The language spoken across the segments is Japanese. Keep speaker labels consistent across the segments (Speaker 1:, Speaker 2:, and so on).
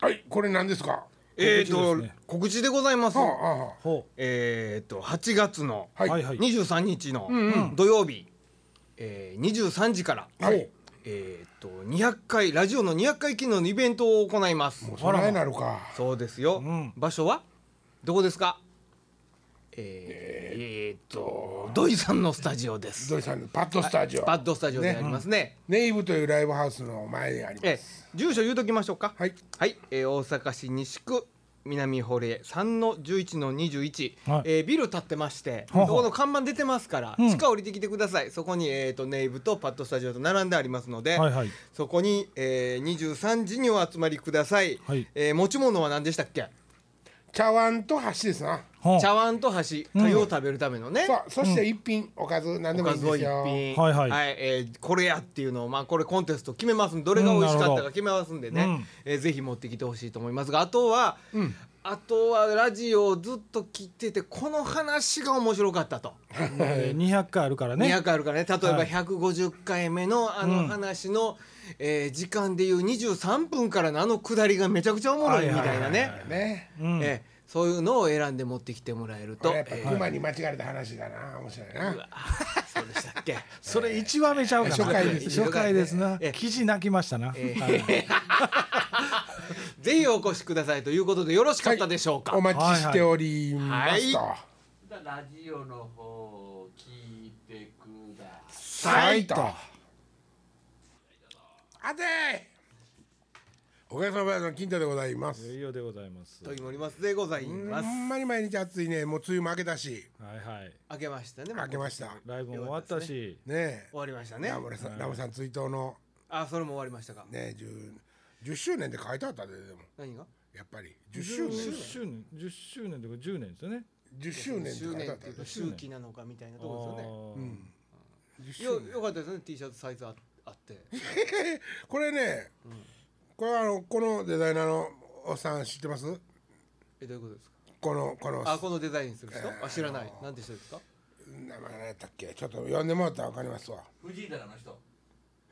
Speaker 1: はいこれ何ですか
Speaker 2: えっ、
Speaker 3: 告
Speaker 2: と、
Speaker 3: 知ですね
Speaker 2: 告知でございます。
Speaker 1: はあは
Speaker 3: ほ
Speaker 2: えっ、と8月の
Speaker 1: あは
Speaker 3: う。はいいはい。
Speaker 2: 23日の
Speaker 1: ん
Speaker 2: 土曜日、えー、23時から、
Speaker 1: はい
Speaker 2: えっ、と200回ラジオの200回記念のイベントを行います
Speaker 1: もう。そないなるか
Speaker 2: そうですよ。
Speaker 3: うん
Speaker 2: 場所はどこですか？えーえーと土井さんのスタジオです。
Speaker 1: 土井さんのパッドスタジオ
Speaker 2: パッドスタジオでありますね。
Speaker 1: ネイブというライブハウスの前にありま
Speaker 2: え
Speaker 1: す
Speaker 2: ー住所言うときましょうか。
Speaker 1: はい
Speaker 2: はい、えー大阪市西区南堀江3の11の21、
Speaker 3: はい
Speaker 2: えービル建ってまして、
Speaker 3: はは
Speaker 2: そこの看板出てますから、
Speaker 3: うん
Speaker 2: 地下降りてきてくださいそこに、えー、とネイブとパッドスタジオと並んでありますので、
Speaker 3: はいはい。
Speaker 2: そこに、えー、23時にお集まりください、
Speaker 3: はい
Speaker 2: えー持ち物は何でしたっけ
Speaker 1: 茶碗と箸ですな
Speaker 3: ほう。
Speaker 2: 茶碗と箸
Speaker 3: ん
Speaker 2: 粥を食べるためのね、
Speaker 1: そうそして一品おかず何で
Speaker 2: お
Speaker 1: もい
Speaker 2: か
Speaker 1: いん
Speaker 2: ずを
Speaker 1: で
Speaker 2: 一
Speaker 1: すよ
Speaker 2: 品
Speaker 3: はいはい
Speaker 2: えーこれやっていうのをまあこれコンテスト決めますんでどれが美味しかったか決めますんでね、
Speaker 3: うんなるほど
Speaker 2: えーぜひ持ってきてほしいと思いますがあとは、あとはラジオをずっと聞いててこの話が面白かったと、
Speaker 3: えー200回あるからね。
Speaker 2: 200回あるからね例え
Speaker 3: は
Speaker 2: ば
Speaker 3: い
Speaker 2: 150回目のあ
Speaker 3: うん
Speaker 2: の話の、えー時間でいう23分からのあの下りがめちゃくちゃおもろいみたいなね、
Speaker 1: ね
Speaker 3: うん。
Speaker 2: えーそういうのを選んで持ってきてもらえる、
Speaker 1: ことれやっぱ
Speaker 2: えー
Speaker 1: 熊に間違えた話だな面白いな
Speaker 2: そうでしたっ け
Speaker 3: それ一話目ちゃうかな。
Speaker 1: 初回です
Speaker 3: 初回ですな
Speaker 2: ええ。
Speaker 3: 記事泣きましたな。はい
Speaker 2: ぜひお越しくださいということでよろしかったでしょうか、
Speaker 1: お待ちしておりますと
Speaker 2: は
Speaker 4: ラジオの方を聞いてくださ
Speaker 1: さ
Speaker 4: い。
Speaker 1: いと
Speaker 3: はい
Speaker 1: あておかげさまでの金太でございます
Speaker 3: いよでございます。は
Speaker 2: 時森松でござい
Speaker 1: ほ
Speaker 2: ます、
Speaker 1: んまに毎日暑いねもう梅雨も明けたし
Speaker 3: いはい。
Speaker 2: 明けましたね
Speaker 1: 明けました
Speaker 3: ライブも終わったし。
Speaker 1: ね
Speaker 2: 終わりました
Speaker 1: え
Speaker 2: ね
Speaker 1: ラムさんラムさん追悼の
Speaker 2: あそれも終わりましたか
Speaker 1: ね10 10周年で書いてあったででも
Speaker 2: 何が
Speaker 1: やっぱり10周
Speaker 3: 10
Speaker 1: 年
Speaker 3: 周年10周年とか10年ですよね。
Speaker 1: 10周年って
Speaker 2: 周
Speaker 1: 書いて
Speaker 2: 年
Speaker 1: あっ
Speaker 2: っ
Speaker 1: てた
Speaker 2: い
Speaker 1: で
Speaker 2: うか周期なのかみたいなところ
Speaker 3: あー
Speaker 1: 10
Speaker 2: ですよ
Speaker 1: 周
Speaker 2: ね
Speaker 1: 年
Speaker 2: よよかったですね T シャツサイズああって
Speaker 1: これねこれはあのこのデザイナーのおっさん知ってます
Speaker 2: えどういうことですか
Speaker 1: このこの
Speaker 2: あこのデザインする人あ知らないなんて人ですか
Speaker 1: 名前何やったっけちょっと読んでもらったら分かりますわ
Speaker 4: 藤井高の人。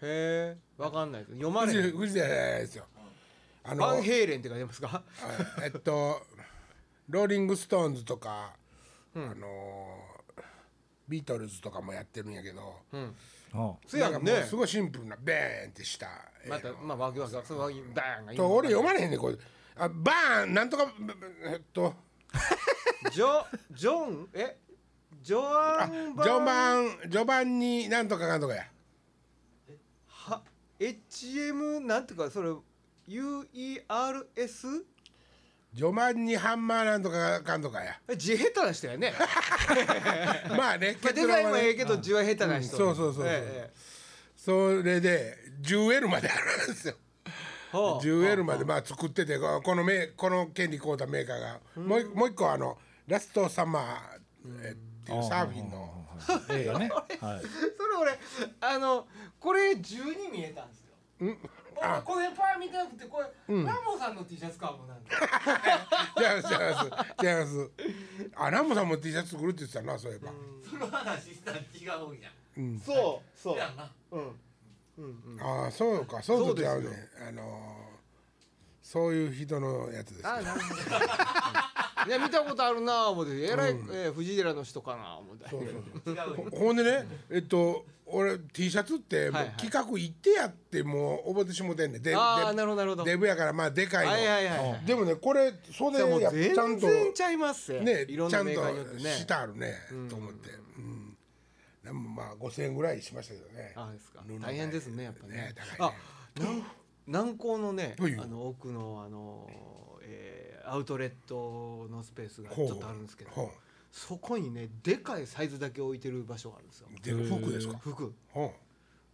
Speaker 2: へえわかんないです読まれ
Speaker 1: 藤
Speaker 2: へ
Speaker 1: 田
Speaker 2: ん
Speaker 1: 藤田ですよあの
Speaker 2: バンヘイレンって書いてますか
Speaker 1: はいえっとローリング・ストーンズとか、あのビートルズとかもやってるんやけど、
Speaker 3: あ
Speaker 2: そ
Speaker 1: な
Speaker 2: や
Speaker 1: んか
Speaker 2: ん
Speaker 1: もう
Speaker 2: ね
Speaker 1: すごいシンプルなベーンってした、えー
Speaker 2: またまあわけわけわけそうわけバーンがいい
Speaker 1: と俺読まれへんねんこれあバーンなんとかブブえっと
Speaker 2: ジョジョンえジョア
Speaker 1: あ序
Speaker 2: ンバン
Speaker 1: 盤序盤になんとかなんとかや
Speaker 2: は HM なんていうかそれ UERS
Speaker 1: 序盤にハンマーなんとかかんとか や
Speaker 2: 字下手な人 やね
Speaker 1: まあね
Speaker 2: まあ
Speaker 1: 結
Speaker 2: デザイ
Speaker 1: 論
Speaker 2: ン
Speaker 1: は
Speaker 2: もええ
Speaker 1: ね
Speaker 2: けど字は下手な人、
Speaker 1: うんそうそうそうそうそれで 10L まであるん ですよ
Speaker 2: ほう
Speaker 1: 10L までまあ作っててここのメーこの権利買うたメーカーがもう一もう一個あのラストサマーえっていうサーフィンの
Speaker 3: あ。映画ね。はい。
Speaker 2: それ俺あのこれ10に見えたんですよあこの辺パー見てなくてこれ、ラモさんの T シャツかもなんだ
Speaker 1: 違います違います違いますあランボさんも T シャツ作るって言ってたなそういえば
Speaker 4: その話したら違うんや。
Speaker 2: そうそう
Speaker 4: いやな。
Speaker 2: うん
Speaker 1: ああそうかそうと違う
Speaker 2: そうで
Speaker 1: ねあのーそういう人のやつです
Speaker 2: あ
Speaker 1: ね
Speaker 2: なるほど いや見たことあるなぁ思ってえらい、えー藤井寺の人かなぁ思って
Speaker 1: そうそう
Speaker 4: 違うんや。
Speaker 1: ほほんでねえっと俺 T シャツってもう
Speaker 2: はいはい
Speaker 1: 企画行ってやってもう覚えてしもてんねんでで
Speaker 2: ああなるほどなるほど
Speaker 1: デブやからまあでかいの、
Speaker 2: はいはいはいはい
Speaker 1: でもねこれ袖
Speaker 2: じゃあもう
Speaker 1: やちゃん
Speaker 2: 全
Speaker 1: と
Speaker 2: 然ちゃいますよ
Speaker 1: ね
Speaker 2: いろん
Speaker 1: ちゃ
Speaker 2: なん
Speaker 1: と
Speaker 2: メーカーによってね
Speaker 1: 下あるね、と思って、うん、でもまあ5000円ぐらいしましたけどね
Speaker 2: あですか
Speaker 1: 布
Speaker 2: 大変ですねやっぱね
Speaker 1: ね高い
Speaker 2: あ
Speaker 1: ね
Speaker 2: なん南港のね
Speaker 1: はいよ
Speaker 2: あの奥のあの、えーアウトレットのスペースがち
Speaker 1: ほう
Speaker 2: ょっとあるんですけど
Speaker 1: ほう
Speaker 2: そこにねでかいサイズだけ置いてる場所があるんですよ
Speaker 1: で服ですか
Speaker 2: 服
Speaker 1: ほ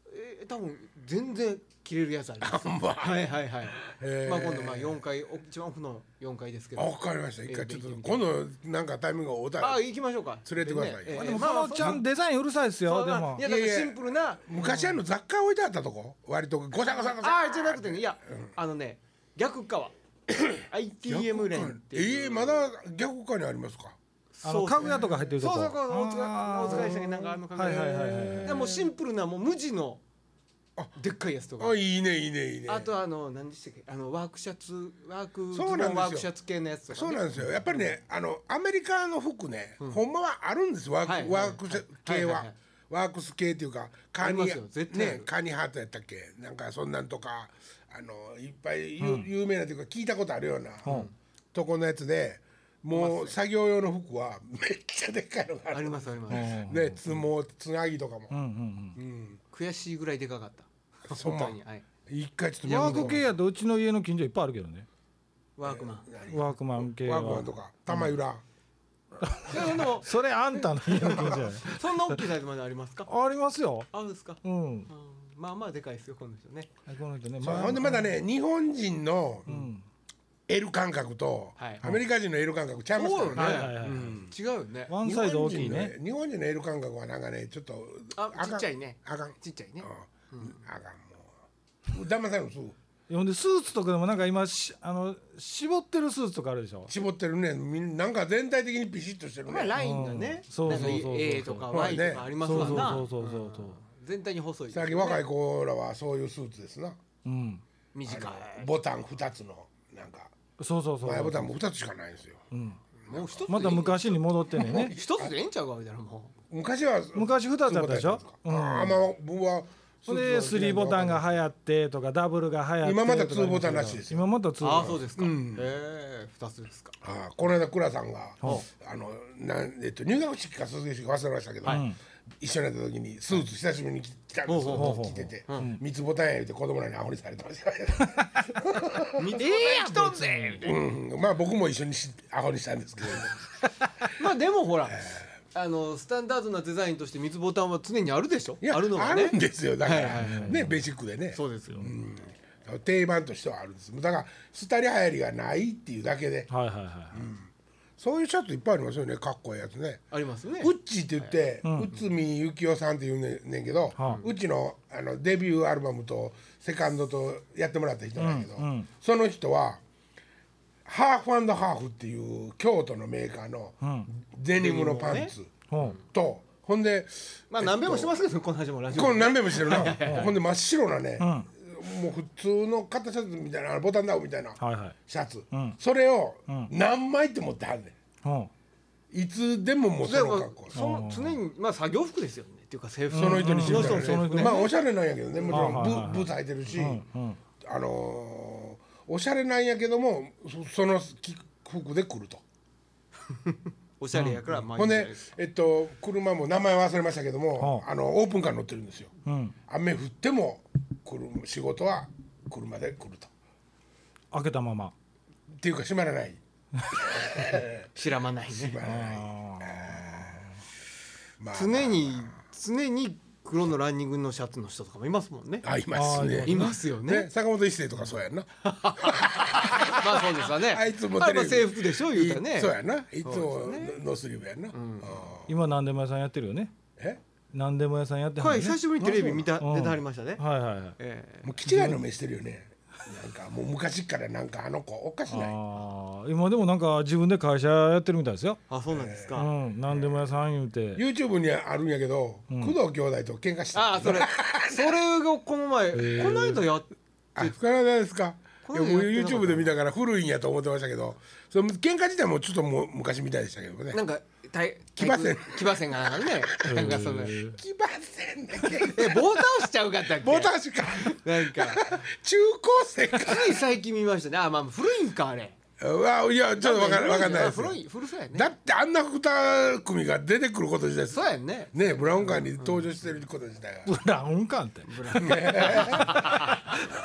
Speaker 2: えー多分全然着れるやつありますよはいはいはい、
Speaker 1: へー
Speaker 2: まあ今度まあ4階お一番奥の4階ですけ
Speaker 1: うあわ
Speaker 2: ど
Speaker 1: かりました一回ちょっと
Speaker 2: えー
Speaker 1: 今度なんかタイミングが合うたら
Speaker 2: あ行きましょうか
Speaker 1: 連れてください
Speaker 2: でね
Speaker 1: ま
Speaker 3: あ
Speaker 2: え
Speaker 3: でも
Speaker 2: ーまあま
Speaker 3: こ
Speaker 2: あ
Speaker 3: のちゃんデザインうるさいです
Speaker 2: そ
Speaker 3: よ。
Speaker 2: う
Speaker 3: で
Speaker 2: まあ
Speaker 3: も
Speaker 2: い。やだか
Speaker 1: い
Speaker 2: ら
Speaker 1: やいや
Speaker 2: シンプルな
Speaker 1: 昔あの雑貨置いてあったとこ割とゴサゴサゴサ
Speaker 2: ああじゃなくてねいや、あのね逆 側 ITM 連っていう
Speaker 1: ええまだ逆化にありますか
Speaker 3: あの家具屋とか入ってると
Speaker 2: そう
Speaker 3: こ。
Speaker 2: そうこうお
Speaker 3: あー
Speaker 2: 疲れお疲れしたけどなんかあの家具
Speaker 3: はいはいはいはい
Speaker 2: でもうシンプルなもう無地のでっかいやつとか
Speaker 1: あいいねいいねいいね
Speaker 2: あとあの何でしたっけあのワークシャツワークズボ
Speaker 1: そうなんです
Speaker 2: ン
Speaker 1: よ
Speaker 2: ワークシャツ系のやつとか、ね、
Speaker 1: そうなんですよやっぱりねあのアメリカの服ね、ほんまはあるんですワーク、
Speaker 2: はいはい
Speaker 1: ワークス系は、
Speaker 2: はいはいはい
Speaker 1: ワークス系っていうかカ
Speaker 2: あ
Speaker 1: ニ
Speaker 2: りますよ絶対ある
Speaker 1: ねカニハートやったっけなんかそんなんとかあのいっぱい有,、有名なというか聞いたことあるような、とこのやつでもう作業用の服は めっちゃでっかいのがあ
Speaker 2: あ
Speaker 1: る
Speaker 2: りますあります、
Speaker 1: ねつもつなぎとかも、
Speaker 3: うんうん
Speaker 2: 悔しいぐらいでかかった
Speaker 1: そう
Speaker 2: 本当に、はい、
Speaker 1: 一回ちょっ
Speaker 3: う
Speaker 1: と
Speaker 3: ん。
Speaker 1: 見
Speaker 3: ワ
Speaker 1: に
Speaker 3: ーク系やとうちの家の近所いっぱいあるけどね。
Speaker 2: ワークマン
Speaker 3: ワークマン系
Speaker 1: ワ
Speaker 3: は。
Speaker 1: ークマンとか玉浦、
Speaker 2: でもでも
Speaker 3: それあんたの家の近所やね。
Speaker 2: そんな大きいサイズまでありますか
Speaker 3: ありますよ。
Speaker 2: あるんですか、
Speaker 3: うん。
Speaker 2: うん、まあまあでかいですよこの人ね
Speaker 3: この人ね。
Speaker 1: そうほんでまだね日本人の L 感覚と、
Speaker 2: はい
Speaker 1: アメリカ人の L 感覚ちゃいますからね。
Speaker 2: そう
Speaker 3: は
Speaker 2: よ
Speaker 3: いはいはい。
Speaker 2: 違うよね
Speaker 3: ワンサイズ大きい
Speaker 1: 日本
Speaker 3: ね。
Speaker 1: 人の日本人の L 感覚はなんかねちょっと
Speaker 2: あ
Speaker 1: かん
Speaker 2: ちっちゃいね
Speaker 1: あかん、
Speaker 2: ちっちゃいね
Speaker 1: うんあかんもう騙されるのすぐ
Speaker 3: ほんでスーツとかでもなんか今しあの絞ってるスーツとかあるでしょ。
Speaker 1: 絞ってるねみんなんか全体的にピシッとしてる
Speaker 2: まあ
Speaker 1: ね
Speaker 2: ラインがね
Speaker 3: うんそうそうそうそう
Speaker 2: なんか A とか
Speaker 1: まあ
Speaker 2: Y
Speaker 1: ね
Speaker 2: とかあります
Speaker 3: そう
Speaker 2: わ
Speaker 3: そう
Speaker 2: な、
Speaker 3: そうそうそうそう。
Speaker 2: 全体に細いですよ
Speaker 1: 最
Speaker 2: ね、
Speaker 1: 近若い子らはそういうスーツですな
Speaker 3: うん。
Speaker 2: 短い
Speaker 1: ボタン2つのなんか
Speaker 3: そうそうそう。
Speaker 1: 前ボタンも2つしかないんですよ、
Speaker 2: もう一つでいい
Speaker 3: また昔に戻ってんねんね。
Speaker 2: 一つでええんちゃうかみたいなもう
Speaker 1: 昔は
Speaker 3: 昔二つあったでしょ
Speaker 1: つ
Speaker 3: う
Speaker 1: ボタンやったんです
Speaker 3: ん
Speaker 1: かああまあ僕はス
Speaker 3: そ
Speaker 1: ーツ
Speaker 3: れでスリーボタンが流行ってとかダブルが流行って
Speaker 1: 今まだ
Speaker 3: とか言うけど
Speaker 1: ツーボタンらしいですよ
Speaker 3: 今まだツーボタン
Speaker 2: ああそうですか、ええ二つですか
Speaker 1: ああこの間倉さんが、あのなんえっと、入学式か卒業式か忘れましたけど、一緒になった時にスーツ久しぶりに着たんですよ、着てて、三つボタンや言うて子供らにアホにされてましたけ
Speaker 2: 三つええやん一つで
Speaker 1: ど、 うん、まあ僕も一緒にしアホにしたんですけど
Speaker 2: まあでもほらあのスタンダードなデザインとして三つボタンは常にあるでしょ
Speaker 1: いや
Speaker 2: あるのがね
Speaker 1: んですよだから、
Speaker 2: はいはいはい
Speaker 1: ねベーシックでね
Speaker 2: そうですよ、
Speaker 1: 定番としてはあるんですだからスタリ流行りがないっていうだけで
Speaker 3: はいはいはい
Speaker 1: そういうシャツいっぱいありますよねかっこいいやつね。
Speaker 2: ありますね
Speaker 1: ウッチって言って内海幸雄さんって言うねねんけど、うちのあのデビューアルバムとセカンドとやってもらった人なんやけど、その人はハーフハーフっていう京都のメーカーのデニムのパンツ
Speaker 3: ほう
Speaker 1: と、ほんで
Speaker 2: まあ何遍もしてますけどこの話もラジオ
Speaker 1: これ何遍もしてるなほんで真っ白なね、もう普通の肩シャツみたいなボタンダウンみたいな
Speaker 3: はいはい
Speaker 1: シャツ、それを
Speaker 3: ん
Speaker 1: 何枚って持ってはんね
Speaker 3: ほ
Speaker 1: んいつでももう
Speaker 2: で
Speaker 1: その
Speaker 2: も
Speaker 1: 格好
Speaker 2: その常にまあ作業服ですよねっていうか制服
Speaker 1: その人にしてみた
Speaker 2: そ
Speaker 1: ら
Speaker 2: の人の制服
Speaker 1: ね
Speaker 2: ね
Speaker 1: まあおしゃれなんやけどねもちろんブ,、
Speaker 3: はいはいはい
Speaker 1: ブーツ履いてるし、あのーおしゃれなんやけどもそその着服で来ると。
Speaker 2: おしゃれやからまあい
Speaker 1: ほ
Speaker 2: い
Speaker 1: ん
Speaker 2: んじゃな
Speaker 1: で
Speaker 2: いですか、
Speaker 1: えっと、車も名前忘れましたけども、あのオープンカーに乗ってるんですよ、雨降っても車仕事は車で来ると
Speaker 3: う開けたまま
Speaker 1: っていうか閉まらない
Speaker 2: 知らまないね
Speaker 1: まあ
Speaker 2: 常に常に黒のランニングのシャツの人とかもいますもんね
Speaker 1: あいますね
Speaker 2: いますよね
Speaker 1: ね坂本一生とかそうやんな
Speaker 2: まあそうですわね
Speaker 1: あいつも
Speaker 2: あ
Speaker 1: テ
Speaker 2: れ
Speaker 1: レ
Speaker 2: は
Speaker 1: ビ
Speaker 2: 制服でしょ言うたらね
Speaker 1: いそうやないつもノースリーブやんな、あー
Speaker 3: 今何でも屋さんやってるよね
Speaker 1: え
Speaker 3: 何でも屋さんやって
Speaker 2: こ
Speaker 3: は
Speaker 2: れ
Speaker 3: るね
Speaker 2: 久しぶりにテレビ見た
Speaker 3: ん
Speaker 2: 出てはりましたね、
Speaker 3: はいはいはい
Speaker 2: え
Speaker 1: もう気違いの目してるよねなんかもう昔っからなんかあの子おかしない
Speaker 3: ああ今でもなんか自分で会社やってるみたいですよ
Speaker 2: えあそうなんです
Speaker 3: う
Speaker 2: か、
Speaker 3: ん何でも屋さん言うて
Speaker 1: YouTube にあるんやけど、工藤兄弟と喧嘩して
Speaker 2: ああそれそれがこの前、この間やっ
Speaker 1: あ深田ですかい
Speaker 2: こ
Speaker 1: や
Speaker 2: の
Speaker 1: も
Speaker 2: 間
Speaker 1: う
Speaker 2: やってなかった
Speaker 1: YouTube で見たから古いんやと思ってましたけどその喧嘩自体もちょっともう昔みたいでしたけどね
Speaker 2: なんか体
Speaker 1: 騎馬戦
Speaker 2: 騎馬戦がなんかねなんかそのえ
Speaker 1: 騎馬戦だけ
Speaker 2: 棒倒しちゃうかったっけ
Speaker 1: ボタンしか
Speaker 2: なんか
Speaker 1: 中高生か
Speaker 2: つい最近見ましたねあまあ古いんかあれ
Speaker 1: うわいやちょっとわかんわかんないです
Speaker 2: 古い古そうやね
Speaker 1: だってあんな二組が出てくること自体
Speaker 2: そうやんね
Speaker 1: ねブラウンカーに登場してること自体が、
Speaker 3: ブラウンカンって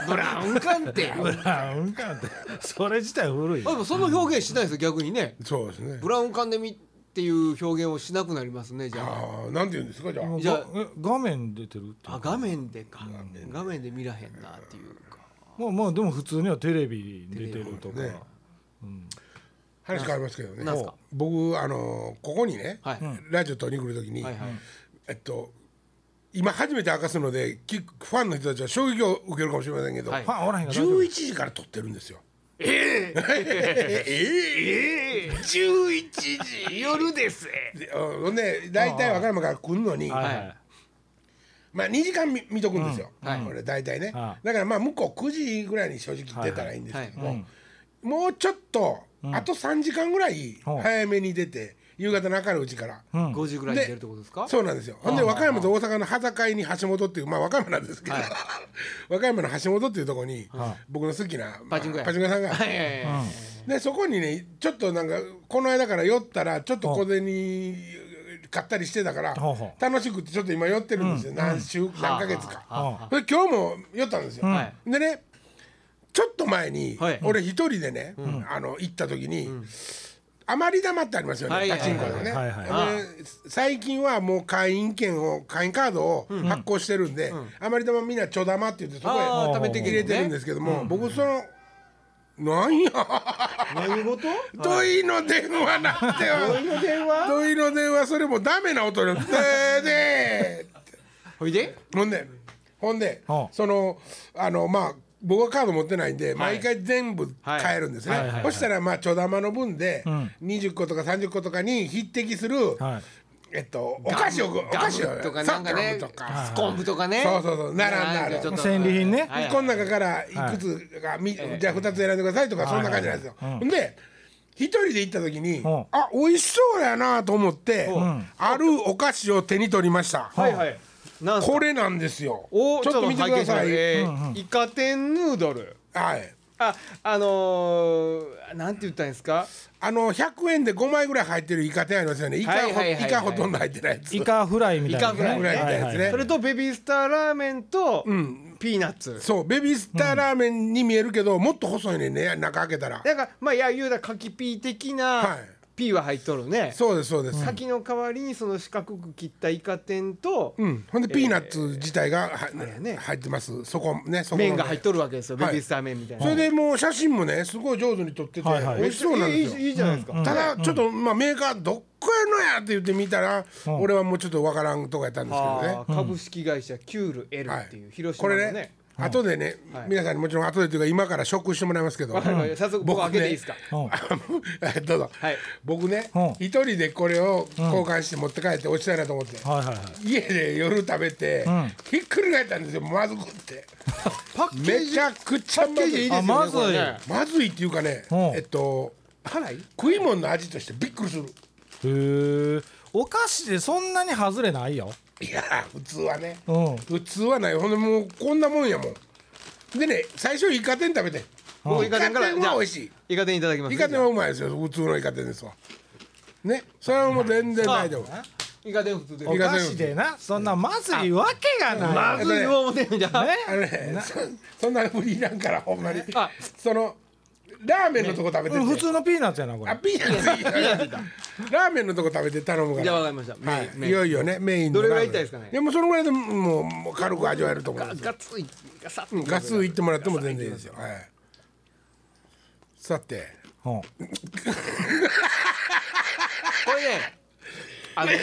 Speaker 2: ブラウンカンテ
Speaker 3: ブラウンカンってそれ自体古い
Speaker 2: でもその表現しないですよ逆にね
Speaker 1: そうですね
Speaker 2: ブラウンカンでみっていう表現をしなくなりますねじゃ
Speaker 1: ああなんて言うんですかじゃあ
Speaker 3: もう
Speaker 2: じゃあ
Speaker 3: がえ画面出てるって
Speaker 2: ああ画面でか画面で見らへんなっていうか
Speaker 3: まあまあでも普通にはテレビに出てるとか
Speaker 1: ね話変わりますけどね
Speaker 2: なんすか
Speaker 1: 僕あのここにね、
Speaker 2: はい
Speaker 1: ラジオ取りに来る時に、
Speaker 2: はいはい
Speaker 1: えっと今初めて明かすのできファンの人たちは衝撃を受けるかもしれませんけど、
Speaker 2: はい
Speaker 3: ファンおらへんが大丈夫
Speaker 1: 11時から撮ってるんですよ。 ええええ11時
Speaker 2: 夜です
Speaker 1: でほんで大体和歌山から来るのに、
Speaker 3: はいはい
Speaker 1: まあ2時間見見とくんですよ、
Speaker 2: うんはい
Speaker 1: これ大体ね、
Speaker 3: ああ
Speaker 1: だからまあ向こう9時ぐらいに正直出たらいいんですけども、
Speaker 3: はいはい
Speaker 1: もうちょっと、あと3時間ぐらい
Speaker 3: うん
Speaker 1: 早めに出て夕方の明るいうちから、
Speaker 3: うん
Speaker 2: 5時ぐらいに出るってことですか
Speaker 1: そうなんですよほんで和歌山と大阪の端境に橋本っていうまあ和歌山なんですけど、
Speaker 2: はい
Speaker 1: 和歌山の橋本っていうところに、僕の好きな、まあ
Speaker 2: パチンコ屋
Speaker 1: パチンコ屋さんがあって
Speaker 2: はいはいはい
Speaker 1: でそこにねちょっとなんかこの間から酔ったらちょっと小銭買ったりしてたから
Speaker 3: ほうほう
Speaker 1: 楽しくてちょっと今酔ってるんですよ、何週何ヶ月か。
Speaker 2: はあはあはあ
Speaker 1: それ今日も酔ったんですよ。
Speaker 2: は
Speaker 1: でねちょっと前に、
Speaker 2: はい
Speaker 1: 俺一人でね、あの行った時に。余り玉ってありますよね、
Speaker 2: はいはい
Speaker 1: パチンコのね、
Speaker 3: はいはい
Speaker 2: はい
Speaker 1: で最近はもう会員権を会員カードを発行してるんで、余り玉みんなちょ玉って言ってそこへ
Speaker 2: あー貯めて
Speaker 1: 入れてるんですすけども、僕そのなんや
Speaker 2: 何事
Speaker 1: 問いの電話なんて
Speaker 2: 問いの電話
Speaker 1: 問いの電話それもダメな音で「でーでー」
Speaker 2: ほいで
Speaker 1: ほんでほんで
Speaker 3: うん
Speaker 1: そのあのまあ僕はカード持ってないんで、毎回全部
Speaker 2: はい
Speaker 1: 買えるんですね、
Speaker 3: はいはいはい
Speaker 1: そしたらまあちょだまの分で、
Speaker 3: ん
Speaker 1: 20個とか30個とかに匹敵する、
Speaker 3: はい
Speaker 1: えっとお菓子をお菓子
Speaker 2: ガ
Speaker 1: を
Speaker 2: ムとかなんかね
Speaker 1: サッカーと
Speaker 2: スコンブとかね
Speaker 1: そうそうそう並んだある
Speaker 2: ちょっと
Speaker 3: 戦利品ね
Speaker 2: はいはい
Speaker 1: この中からいくつが、みじゃあ2つ選んでくださいとかそんな感じなんですよ。
Speaker 3: はいはいはいうん
Speaker 1: ほんで一人で行った時に
Speaker 3: うん
Speaker 1: あ美味しそうやなと思って、
Speaker 3: ん
Speaker 1: あるお菓子を手に取りました、
Speaker 3: はいはい
Speaker 2: なんすか
Speaker 1: これなんですよ
Speaker 2: お
Speaker 1: ちょっと見てください、
Speaker 2: え
Speaker 3: うんう
Speaker 2: ーイカ天ヌードル
Speaker 1: はい
Speaker 2: ああのーなんて言ったんですか
Speaker 1: あの100円で5枚ぐらい入ってるイカ天ありますよねイカ,、
Speaker 2: はいはいはいはい
Speaker 1: イカほとんど入ってないやつ
Speaker 3: イカフライみたいな、
Speaker 2: イカフライ
Speaker 1: みたいなやつね
Speaker 3: はいはい
Speaker 2: それとベビースターラーメンと
Speaker 1: ん
Speaker 2: ピーナッツ
Speaker 1: そうベビースターラーメンに見えるけど、もっと細いねんね中開けたら
Speaker 2: だからまあいや言うたら柿ピー的
Speaker 1: は
Speaker 2: ないピーは入っとるね
Speaker 1: そうですそうです、
Speaker 2: 柿の代わりにその四角く切ったイカ天と
Speaker 1: うん、ほんでピーナッツ自体が、は
Speaker 2: れね
Speaker 1: 入ってますそこねそこのね
Speaker 2: 麺が入っとるわけですよベ
Speaker 1: はい
Speaker 2: ビースター麺みたいな
Speaker 1: それでもう写真もねすごい上手に撮ってて、
Speaker 3: はいはい
Speaker 1: 美味しそうなんです
Speaker 2: いいい
Speaker 1: よ
Speaker 2: いじゃないですか
Speaker 1: ただちょっと、まあ、メーカーどっこやのやって言ってみたら、
Speaker 3: うん
Speaker 1: 俺はもうちょっとわからんとこやったんですけど
Speaker 2: あ
Speaker 1: ね
Speaker 2: ー株式会社キュール L っていう広
Speaker 1: こ
Speaker 2: 島の
Speaker 1: れね
Speaker 2: ね
Speaker 1: 後でね、
Speaker 2: はい
Speaker 1: 皆さんにもちろん後でというか今から食してもらいますけど、
Speaker 2: わかりました早速僕開けていいですか
Speaker 3: う ん
Speaker 1: どうぞ、
Speaker 2: はい
Speaker 1: 僕ね
Speaker 3: うん
Speaker 1: 一人でこれを交換して持って帰って落ちたいなと思って、
Speaker 3: はいはいはい
Speaker 1: 家で夜食べて、
Speaker 3: ん
Speaker 1: ひっくり返ったんですよまずくって
Speaker 2: パッケー
Speaker 1: め
Speaker 2: ジ
Speaker 1: ちゃくちゃまずい
Speaker 2: いい
Speaker 3: あ
Speaker 2: です
Speaker 3: ま
Speaker 2: よ
Speaker 3: ず
Speaker 2: ねこ
Speaker 3: い
Speaker 2: れね
Speaker 1: まずいっていうかね、
Speaker 3: うん
Speaker 1: えっと
Speaker 2: 辛い
Speaker 1: 食い物の味としてびっくりする
Speaker 3: へえお菓子でそんなに外れないよ
Speaker 1: いやー普通はね
Speaker 3: うんうん
Speaker 1: 普通はないほんでもうこんなもんやもんでね最初イカ天食べて
Speaker 2: 僕
Speaker 1: イカ天
Speaker 2: じゃ
Speaker 1: は
Speaker 2: あ
Speaker 1: 美味し
Speaker 2: イカ天いただきま
Speaker 1: い
Speaker 2: す
Speaker 1: イカ天はうまいですよ普通のイカ天ですわねそれはもう全然ないでも
Speaker 2: イカ天普通で
Speaker 3: お
Speaker 1: イカ
Speaker 3: 菓子でなそんなまずいわけがない
Speaker 1: ま
Speaker 2: まずいよ思てんじゃん
Speaker 3: ね
Speaker 1: あのねそそんな無理いらんからほんまに
Speaker 2: あ
Speaker 1: そのラーメンのとこ食べてて、
Speaker 3: うん普通のピーナッツやなこ
Speaker 1: あ
Speaker 3: れ
Speaker 1: ピーナッツいいラーメンのとこ食べて頼むから
Speaker 2: じゃあわかりました
Speaker 1: は
Speaker 2: メインメ
Speaker 1: い、
Speaker 2: イン
Speaker 1: いよいよねメインの
Speaker 2: どれぐらい
Speaker 1: ラーメン
Speaker 2: 痛いですかね
Speaker 1: いやもうそのぐらいでもうもう軽く味わえると思い
Speaker 2: ガ
Speaker 1: ます
Speaker 2: ガツイガサッ
Speaker 1: うんガツいってもらっても全然いいですよはいさて
Speaker 3: うん
Speaker 2: これねあ のね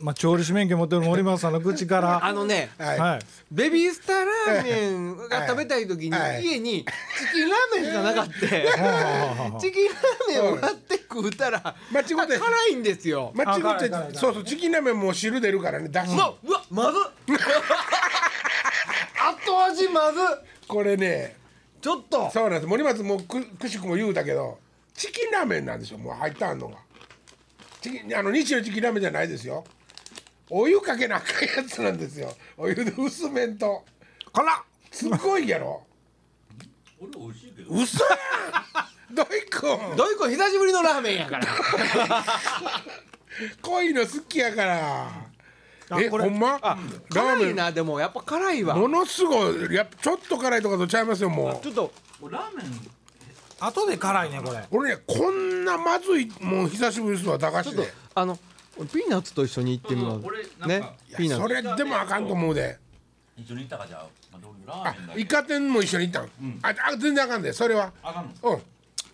Speaker 3: まあ調理師免許持ってる森松さんの 口から
Speaker 2: あのね
Speaker 1: はい、
Speaker 3: はい
Speaker 2: ベビースターラーメンが食べたい時に
Speaker 1: はい
Speaker 2: 家にチキンラーメンしかなかったチキンラーメンを買って食うたら
Speaker 1: 間違って
Speaker 2: あ辛いんですよ
Speaker 1: 間
Speaker 3: あ辛
Speaker 1: 違
Speaker 3: い辛
Speaker 1: っ
Speaker 3: い
Speaker 1: てそうそうチキンラーメンもう汁出るからねだし、
Speaker 2: うわうわまずっ 後味まずっ
Speaker 1: これね
Speaker 2: ちょっと
Speaker 1: そうなんです森松もくくしくも言うたけどチキンラーメンなんですよもう入ったんのがチキンあの日のチキンラーメンじゃないですよお湯かけなあかんやつなんですよお湯で薄麺と
Speaker 3: 辛っ
Speaker 1: すごいやろ
Speaker 4: 俺美味しいけど
Speaker 1: 嘘やん土井君
Speaker 2: どういうこ久しぶりのラーメン やから
Speaker 1: 濃いの好きやからえ
Speaker 3: これ
Speaker 1: ほんまラ
Speaker 2: あ
Speaker 1: ー
Speaker 2: 辛
Speaker 1: メ
Speaker 2: い
Speaker 1: ン
Speaker 2: なでもやっぱ辛いわ
Speaker 1: ものすごいやっぱちょっと辛いとかとちゃいますよも
Speaker 2: ち
Speaker 1: う
Speaker 2: ょっと
Speaker 4: 俺ラーメン
Speaker 3: 後で辛いねこれ
Speaker 1: 俺ねこんなまずいもう久しぶりですわ駄菓
Speaker 2: ちょ
Speaker 1: 子
Speaker 2: っと
Speaker 1: で
Speaker 2: あの俺ピーナッツと一緒に行ってみます
Speaker 4: そうそう俺なん
Speaker 2: ね
Speaker 4: か
Speaker 2: ピーナ
Speaker 1: そ
Speaker 2: ッツ
Speaker 1: れでもあかんと思うで
Speaker 4: 一緒に行ったかじゃあ、まあ、どういうラ
Speaker 1: あ
Speaker 4: ーメンだ
Speaker 1: イ
Speaker 4: け
Speaker 1: カ天も一緒に行ったん、ああ全然あかんでそれは
Speaker 4: あかんの
Speaker 1: うん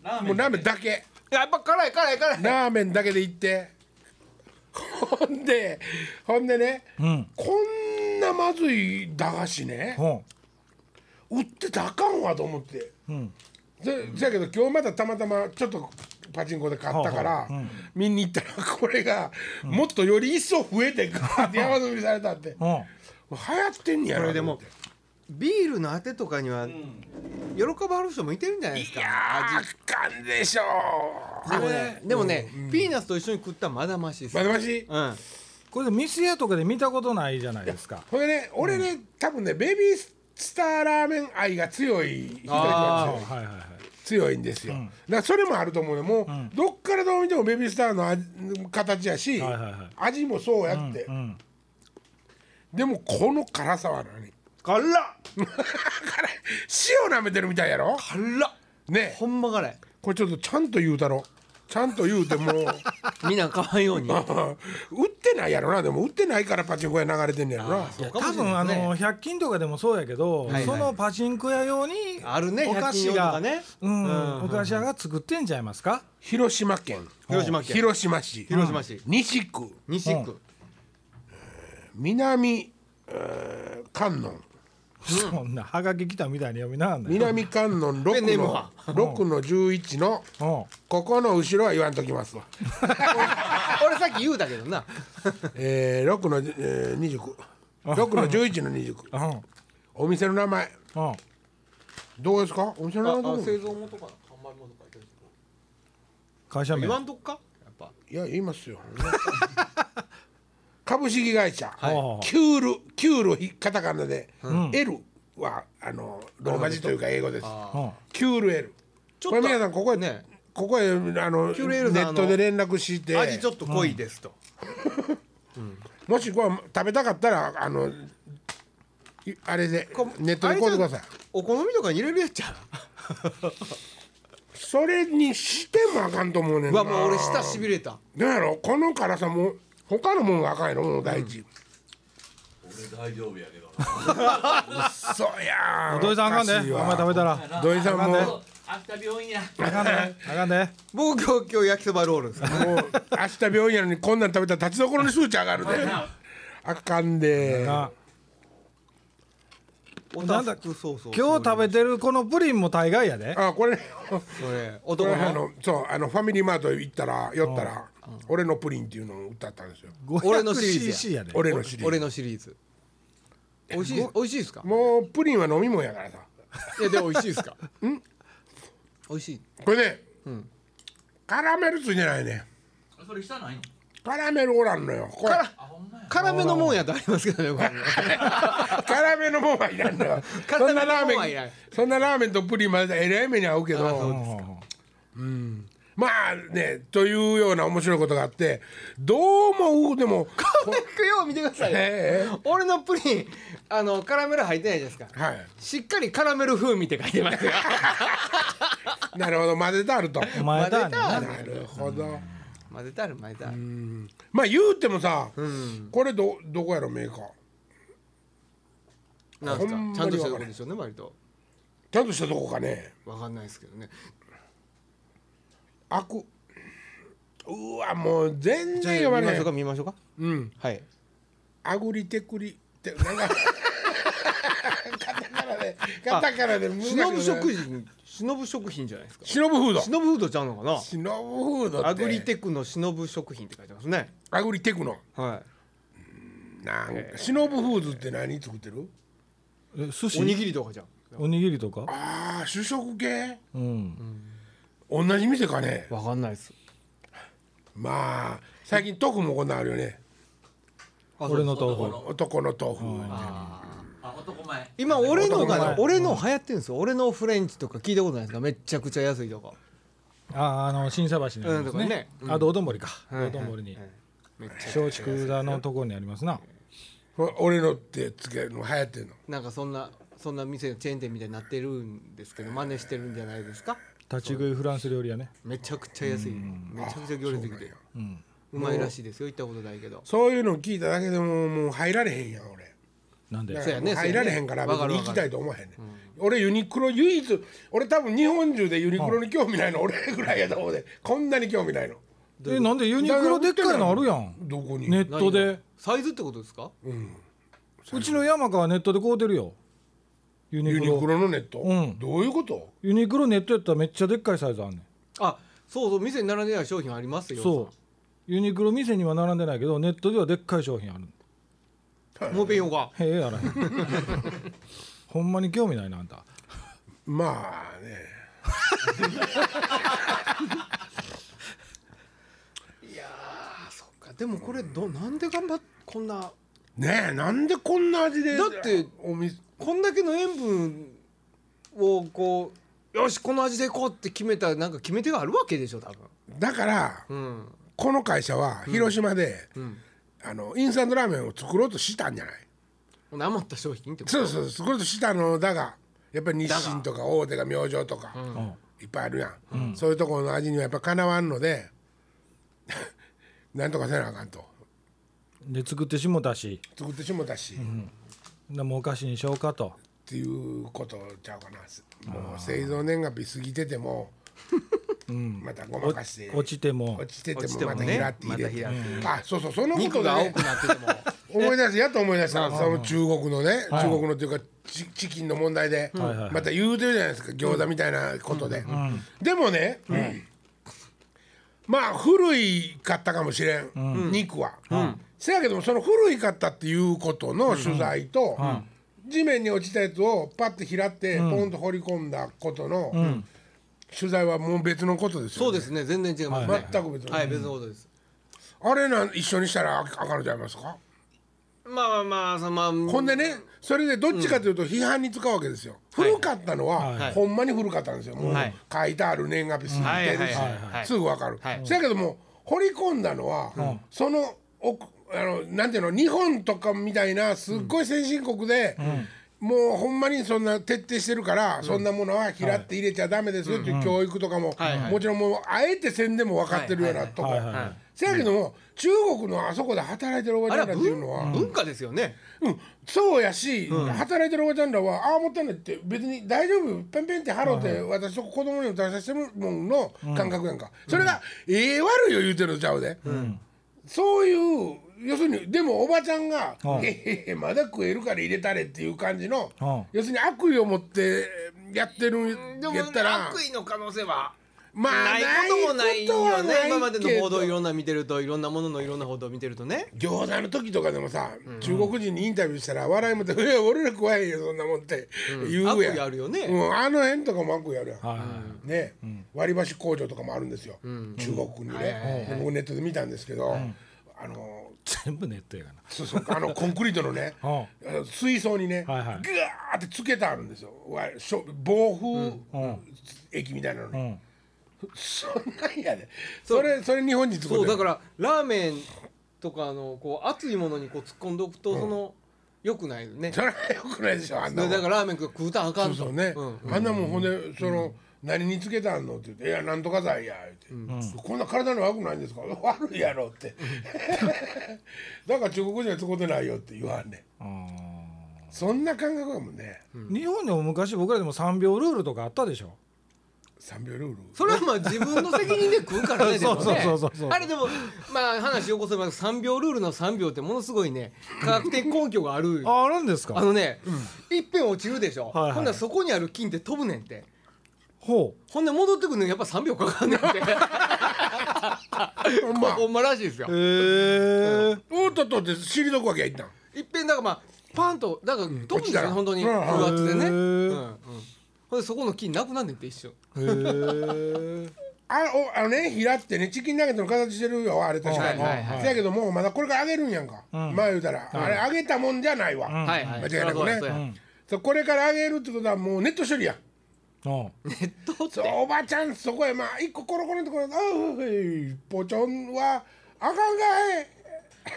Speaker 4: ラーメ
Speaker 1: もう
Speaker 4: ン
Speaker 1: ラー
Speaker 4: だ
Speaker 1: メ
Speaker 4: け
Speaker 1: ンだけ
Speaker 2: やっぱ辛い辛い辛い
Speaker 1: ラーメンだけで行ってほんでほんでね、
Speaker 3: うん
Speaker 1: こんなまずい駄菓子ね
Speaker 3: うん
Speaker 1: 売ってたらあかんわと思って、
Speaker 3: ん
Speaker 1: でそやけど今日またたまたまちょっとパチンコで買ったから、
Speaker 3: ほうほううん
Speaker 1: 見に行ったらこれがもっとより一層増えてガーって山積みされたって、
Speaker 3: うん
Speaker 1: 流行ってんねや
Speaker 2: こ
Speaker 1: ろ
Speaker 2: れでもビールのあてとかには喜ばはる人もいてるんじゃないです
Speaker 1: い
Speaker 2: か
Speaker 1: やーあかんでしょう
Speaker 2: でもねでもね、ピーナスと一緒に食ったらまだましです
Speaker 1: まだまし
Speaker 2: うん
Speaker 3: これで店屋とかで見たことないじゃないですか
Speaker 1: これね俺ね、多分ねベビースターラーメン愛が強い人な
Speaker 3: あ
Speaker 1: ん
Speaker 3: は
Speaker 1: です
Speaker 3: い
Speaker 1: よ
Speaker 3: はいはい
Speaker 1: 強いんですよ、だからそれもあると思うねもう、どっからどう見てもベビースターの味形やし、
Speaker 3: はいはいはい
Speaker 1: 味もそうやって、
Speaker 3: うん
Speaker 1: でもこの辛さは何
Speaker 2: 辛っ
Speaker 1: 辛い塩舐めてるみたいやろ
Speaker 2: 辛っ
Speaker 1: ねえ
Speaker 2: ほんま辛い
Speaker 1: これちょっとちゃんと言うたろちゃんと言うて もう
Speaker 2: みんな買わんよ うに
Speaker 1: ああ売ってないやろなでも売ってないからパチンコ屋流れてんねやろな
Speaker 2: そうかも
Speaker 3: 多
Speaker 2: しれ
Speaker 3: 分
Speaker 2: な
Speaker 3: あ
Speaker 2: いですね
Speaker 3: の100均とかでもそうやけど、
Speaker 2: いはい
Speaker 3: そのパチンコ屋用に
Speaker 2: あるね
Speaker 3: お菓
Speaker 2: 100
Speaker 3: 子
Speaker 2: 均用と
Speaker 3: が、
Speaker 2: かね
Speaker 3: うん
Speaker 2: うん
Speaker 3: お菓子屋が作ってんちゃいますか、
Speaker 1: 広島県
Speaker 2: 広島県
Speaker 1: 広島市
Speaker 2: 広島市
Speaker 1: 西区
Speaker 2: 西区
Speaker 1: 南、えー観音
Speaker 3: そんなはがき来たみたいに読みながらね
Speaker 1: 南観音6
Speaker 2: ねえもう
Speaker 1: の
Speaker 2: は
Speaker 1: 六の11の
Speaker 3: うん
Speaker 1: ここの後ろは言わんときますわ、
Speaker 2: 俺さっき言うだけどな
Speaker 1: えー、6の、えー、29 6の11の29
Speaker 3: うん
Speaker 1: お店の名前
Speaker 3: うん
Speaker 1: どうですかお店の名前どう
Speaker 4: 造元か販売元かいてる
Speaker 3: 会社名
Speaker 2: 言わんとっかやっぱ
Speaker 1: いや言いますよ株式会社、
Speaker 3: はい
Speaker 1: キュールキュールひカタカナで、
Speaker 3: ん
Speaker 1: L はあのローマ字というか英語です
Speaker 3: うん
Speaker 1: キュール L
Speaker 2: ちょっ
Speaker 1: ことれ皆さんここへ
Speaker 2: ね
Speaker 1: ここへあの
Speaker 2: キュール L
Speaker 1: ネ
Speaker 2: さん
Speaker 1: ットで連絡して
Speaker 2: 味ちょっと濃いですと
Speaker 1: もしこれ食べたかったらあのいあれでネットで買うてください
Speaker 2: お好みとかに入れるやっちゃ
Speaker 1: それにしてもあかんと思うねん
Speaker 2: うう
Speaker 1: な
Speaker 2: わもう俺舌しびれた
Speaker 1: どうやろこの辛さも他のもんがあかんやろもう第一、
Speaker 4: 俺大丈夫やけどな
Speaker 1: そうやん
Speaker 3: 土井さんあかんで、
Speaker 1: おかしいわ
Speaker 3: お前食べたら
Speaker 1: 土井さんも
Speaker 4: そうあった病院や
Speaker 3: あかんであかんで
Speaker 2: 僕今日今日焼きそばロールです
Speaker 1: もう明日病院やのにこんなん食べたら立ちどころに数値上がる であかんで
Speaker 3: な
Speaker 2: お
Speaker 3: な
Speaker 2: た
Speaker 3: んだ
Speaker 2: ふくソースを
Speaker 3: 今日食べてるこのプリンも大概やで
Speaker 1: あこれ
Speaker 2: それ
Speaker 1: こ
Speaker 2: 男
Speaker 1: れ
Speaker 2: の
Speaker 1: あのそうあのファミリーマート行ったら寄ったら俺のプリンっていうのを歌ったんですよ
Speaker 2: 俺のシリーズや
Speaker 3: 500cc やで
Speaker 1: 俺のシリー
Speaker 2: 俺
Speaker 1: ズ
Speaker 2: のシリーズ美味しい美味しいですか
Speaker 1: もうプリンは飲み物やからさ
Speaker 2: いやでも美味しいですかうん美味しい
Speaker 1: これね、カラメルついてないね
Speaker 4: それ下ないの
Speaker 1: カラメルおらんのよこれ
Speaker 4: あほんまや
Speaker 2: 辛めのもんやとありますけ どねこれね
Speaker 1: 辛めのもんはいらんのよ
Speaker 2: 辛
Speaker 1: そ
Speaker 2: め
Speaker 1: ん
Speaker 2: の
Speaker 1: なラー
Speaker 2: もんはい
Speaker 1: メ
Speaker 2: らん
Speaker 1: ンそんなラーメンとプリンまでえらい目に合うけ
Speaker 3: うん
Speaker 1: ど
Speaker 3: うんうん
Speaker 1: まあねというような面白いことがあってどうもでも
Speaker 2: これよう見てくださいよ
Speaker 1: え
Speaker 2: 俺のプリンあのカラメル入ってないじゃないです
Speaker 1: え
Speaker 2: か
Speaker 1: はい
Speaker 2: しっかりカラメル風味って書いてますよ
Speaker 1: なるほど混ぜてあると
Speaker 3: お前だ
Speaker 2: 混ぜた
Speaker 3: ね
Speaker 1: なるほど
Speaker 2: 混ぜたる混ぜたる
Speaker 1: まあ言うてもさこれどどこやろメーカー
Speaker 2: なんで
Speaker 1: ほ
Speaker 2: すか
Speaker 1: んまに
Speaker 2: ちゃんとしたとこでしょうね割と
Speaker 1: ちゃんとしたとこかね
Speaker 2: わかんないですけどね
Speaker 1: 開くうわもう全然呼ば
Speaker 2: 見ま
Speaker 1: な
Speaker 2: し
Speaker 1: い
Speaker 2: ょ
Speaker 1: う
Speaker 2: か見ましょうか
Speaker 1: うん
Speaker 2: はい
Speaker 1: アグリテクリってなんかカタカナでカタカナで難しい
Speaker 2: 忍ぶ食品忍ぶ食品じゃないですか
Speaker 1: 忍ぶフード
Speaker 2: 忍ぶフードちゃうのかな
Speaker 1: 忍ぶフードって
Speaker 2: アグリテクの忍ぶ食品って書いてますね
Speaker 1: アグリテクノ
Speaker 2: は
Speaker 1: なんか忍ぶフーズって何作ってる
Speaker 3: え寿
Speaker 2: いおに
Speaker 3: 司
Speaker 2: ぎりとかじゃん
Speaker 3: おにぎりとか
Speaker 1: ああ主食系
Speaker 3: うん
Speaker 1: 同じ店かね
Speaker 2: わかんないです
Speaker 1: まあ最近豆腐もこんなんあるよね
Speaker 3: 俺の豆腐
Speaker 1: 男の豆腐
Speaker 4: あ男前
Speaker 2: 今俺の
Speaker 1: 男
Speaker 2: が
Speaker 1: 前
Speaker 2: 俺の流行ってるんですよ俺のフレンチとか聞いたことないですかめっちゃくちゃ安いとか
Speaker 3: ああの新桟橋にあります
Speaker 2: うんとか
Speaker 3: ね
Speaker 2: ね
Speaker 3: あ道頓堀か
Speaker 2: いは
Speaker 3: 道
Speaker 2: い
Speaker 3: 頓堀に
Speaker 2: めっちゃ
Speaker 3: 松竹座のところにありますな
Speaker 1: ほ俺のってつけるの流行ってんの
Speaker 2: なんかそんなそんな店のチェーン店みたいになってるんですけど真似してるんじゃないですか
Speaker 3: 立ち食いフランス料理やね
Speaker 2: めちゃくちゃ安いめちゃくちゃ行列できてうまいらしいですよ行ったことないけど
Speaker 1: そういうの聞いただけでももう入られへんやん俺
Speaker 3: なんで
Speaker 1: だ
Speaker 2: そ
Speaker 1: か
Speaker 2: うや
Speaker 1: ら
Speaker 2: ね
Speaker 1: もう入られへんから
Speaker 2: そう
Speaker 1: 別
Speaker 2: やね
Speaker 1: に行きたいと思わへんねん俺ユニクロ唯一俺多分日本中でユニクロに興味ないの俺 ぐらいやと思うでこんなに興味ないの
Speaker 3: えなんでユニクロでっかいのあるやん
Speaker 1: どこに
Speaker 3: ネットで
Speaker 2: サイズってことですか
Speaker 3: うちの山川ネットで買うてるよユニ
Speaker 1: ユ
Speaker 3: ク
Speaker 1: ニク
Speaker 3: ロ
Speaker 1: ロのネット
Speaker 3: うん
Speaker 1: どういうこと
Speaker 3: ユニクロネットやったらめっちゃでっかいサイズあんねん
Speaker 2: あそうそう店に並んでない商品ありますよ
Speaker 3: そうユニクロ店には並んでないけどネットではでっかい商品ある
Speaker 2: うもう一遍言おうか
Speaker 3: へえやらへんほんまに興味ないなあんた
Speaker 1: まあね
Speaker 2: いやーそっかでもこれどなんで頑張っこんな
Speaker 1: ねえなんでこんな味で
Speaker 2: だって
Speaker 1: お店
Speaker 2: こんだけの塩分をこうよしこの味でいこうって決めたなんか決め手があるわけでしょ多分
Speaker 1: だから、
Speaker 2: うん
Speaker 1: この会社は広島で、あのインスタントラーメンを作ろうとしたんじゃない
Speaker 2: ほんで余った商品ってこと
Speaker 1: そうそう作ろうとしたのだがやっぱり日清とか大手が明星とか、いっぱいあるやん、そういうところの味にはやっぱかなわんの でなんとかせなあかんと
Speaker 3: で作ってしもたし
Speaker 1: 作ってしもたし、っ
Speaker 3: でもうお菓子にしようかと
Speaker 1: ていうことちゃうかなもう製造年月日過ぎてて も、またごま
Speaker 3: お
Speaker 1: かして
Speaker 3: 落ちても
Speaker 1: 落ちてて
Speaker 2: 落
Speaker 1: も
Speaker 2: ちても
Speaker 1: また
Speaker 2: ね
Speaker 1: 開って入れて、
Speaker 2: また開
Speaker 1: あそうそうそのこと
Speaker 2: 肉
Speaker 1: で
Speaker 2: が青
Speaker 1: ね
Speaker 2: くなってても
Speaker 1: 思い出すやっと思い出したその中国のね中国のっていうかチチキンの問題で
Speaker 3: はいはい
Speaker 1: また言うてるじゃないですか餃子みたいなことででもねまあ古いかったかもしれん肉はせやけどもその古いかったっていうことの取材と地面に落ちたやつをパッて拾ってポンと掘り込んだことの取材はもう別のことです
Speaker 2: そ
Speaker 1: よ
Speaker 2: う
Speaker 1: ね
Speaker 2: ですね全然違いますね、
Speaker 1: 全く別の
Speaker 2: はい別のことです、
Speaker 1: あれなん一緒にしたらあかんのちゃいますか
Speaker 2: まあまあまあそのまあ
Speaker 1: ほんでねそれでどっちかというと批判に使うわけですよ、
Speaker 2: はい
Speaker 1: 古かったのは、
Speaker 2: はい
Speaker 1: ほんまに古かったんですよもう
Speaker 2: はい
Speaker 1: 書いてある年月日過ぎてるし
Speaker 2: はいはいはいはい
Speaker 1: すぐわかる、
Speaker 2: はい
Speaker 1: そやけども掘り込んだのは、その奥あのなんていうの日本とかみたいなすっごい先進国で、もうほんまにそんな徹底してるから、そんなものは嫌って入れちゃダメですよっていう教育とかも、
Speaker 2: はいはい
Speaker 1: もちろんもうあえてせんでも分かってるようなとこ、
Speaker 3: はいはいはい
Speaker 2: はい
Speaker 1: せやけども、中国のあそこで働いてるおば
Speaker 2: あ
Speaker 1: ち
Speaker 2: れ
Speaker 1: ゃ
Speaker 2: は
Speaker 1: んらっていうのは、
Speaker 2: 文文化ですよね、
Speaker 1: うん、そうやし、働いてるおばちゃんらはああもったいないって別に大丈夫ペンペンって払うて、私と子供にも出させてももんの感覚やんか、それが、ええ悪いよ言うてるのちゃうで、そういう要するにでもおばちゃんが「
Speaker 3: うん
Speaker 1: へへへまだ食えるから入れたれ」っていう感じの、
Speaker 3: うん
Speaker 1: 要するに悪意を持ってやってるん
Speaker 2: でも
Speaker 1: やったら
Speaker 2: 悪意の可能性は
Speaker 1: まあ
Speaker 2: ないこともない
Speaker 1: ことは
Speaker 2: よね
Speaker 1: ない
Speaker 2: 今までの
Speaker 1: け
Speaker 2: 報
Speaker 1: ど
Speaker 2: 道いろんな見てるといろんなもののいろんな報道を見てるとね
Speaker 1: 餃子の時とかでもさ、中国人にインタビューしたら笑いもって「いや俺ら怖いよそんなもん」って言うやん、
Speaker 2: 悪意あるよね
Speaker 1: うん、あの辺とかも悪意あるやん、
Speaker 3: はい
Speaker 1: ね、割り箸工場とかもあるんですよ、中国にね、僕ネットで見たんですけど、あの
Speaker 3: 全部ネットやがな
Speaker 1: そうそう あのコンクリートのね
Speaker 3: う
Speaker 1: あの水槽にね、
Speaker 3: はいはい
Speaker 1: ぐわーってつけてあるんですよわしょ暴風液みたいなのに、
Speaker 3: うん
Speaker 1: そんなんやでそれそれ日本人作
Speaker 2: そうだかららラーメンとかあのこう熱いものにこう突っ込んでおくと、その良くないよね
Speaker 1: それはよくないでしょあんなも
Speaker 2: で
Speaker 1: ん
Speaker 2: だからラーメン食ったらあか
Speaker 1: そ
Speaker 2: ん
Speaker 1: う
Speaker 2: と
Speaker 1: そうね、
Speaker 2: ん
Speaker 1: あんなもんほんでその、何につけたんのって言って「いやなんとか剤や」言って、こんな体に悪くないんですか悪いやろ」って だから中国人は使ってないよって言わんね
Speaker 3: あ
Speaker 1: んそんな感覚やもんね、
Speaker 3: ー日本でも昔僕らでも3秒ルールとかあったでしょ
Speaker 1: 三秒ルール
Speaker 2: それはまあ自分の責任で食うからねでもね
Speaker 3: そうそうそうそう
Speaker 2: あれでもまあ話を起こせば3秒ルールの3秒ってものすごいね科学的根拠がある
Speaker 3: ああるんです
Speaker 2: あ
Speaker 3: か
Speaker 2: のね、いっぺん落ちるでしょ、
Speaker 3: はいはい
Speaker 2: ほんならそこにある菌って飛ぶねんって
Speaker 3: ほ
Speaker 2: ほんで戻ってくるのにやっぱ3秒かか んねんって
Speaker 1: ほんま
Speaker 2: ほんまらしいですよ
Speaker 3: うへえ
Speaker 1: おっとっとって退くわけやいったん
Speaker 2: いっぺんだからまあパンとだから飛ぶんで
Speaker 1: 落ち
Speaker 2: す
Speaker 1: た
Speaker 2: よ
Speaker 1: ら
Speaker 2: ね本当に
Speaker 1: う
Speaker 2: 風
Speaker 1: ん
Speaker 2: 圧でね、
Speaker 3: へ
Speaker 2: う
Speaker 3: ー
Speaker 2: んうん、ほんでそこの菌なくなんねんって一瞬
Speaker 3: へえ
Speaker 1: あおあのね平ってねチキンナゲットの形してるよあれ確かに、
Speaker 2: はいはいはい
Speaker 1: せやけどもうまだこれから揚げるんやんか、まあ言うたら、あれ揚げたもんじゃないわ、
Speaker 2: はいはい
Speaker 1: 間違いなくね、
Speaker 2: そうやそうや
Speaker 1: そうこれから揚げるってことはもうネット処理やん
Speaker 3: うん
Speaker 2: どう
Speaker 1: そうおばちゃんそこへまあ一個コロコロってこれあういポチョンはあかんかい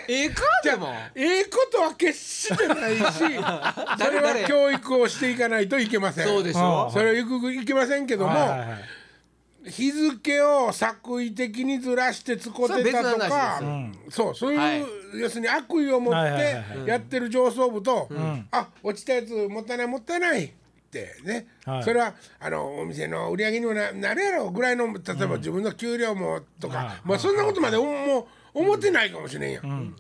Speaker 2: ええかでも
Speaker 1: ええことは決してない しそれは教育をしていかないといけません
Speaker 2: そうでし
Speaker 3: う
Speaker 2: ょ
Speaker 3: ん
Speaker 1: それはゆくゆくいけませんけども、
Speaker 3: はいはいはい
Speaker 1: 日付を作為的にずらして使ってたと
Speaker 2: それは別の
Speaker 1: か
Speaker 2: 話
Speaker 1: そうそういう、
Speaker 2: はい
Speaker 1: 要するに悪意を持っ
Speaker 3: はいはい
Speaker 1: て
Speaker 3: はい
Speaker 1: やってる上層部と、あ落ちたやつもったいないもったいないってね、
Speaker 3: はい
Speaker 1: それはあのお店の売り上げにもななるやろぐらいの例えば自分の給料もとか、
Speaker 3: はい
Speaker 1: まあ、そんなことまでおもう思ってないかもしれんやん。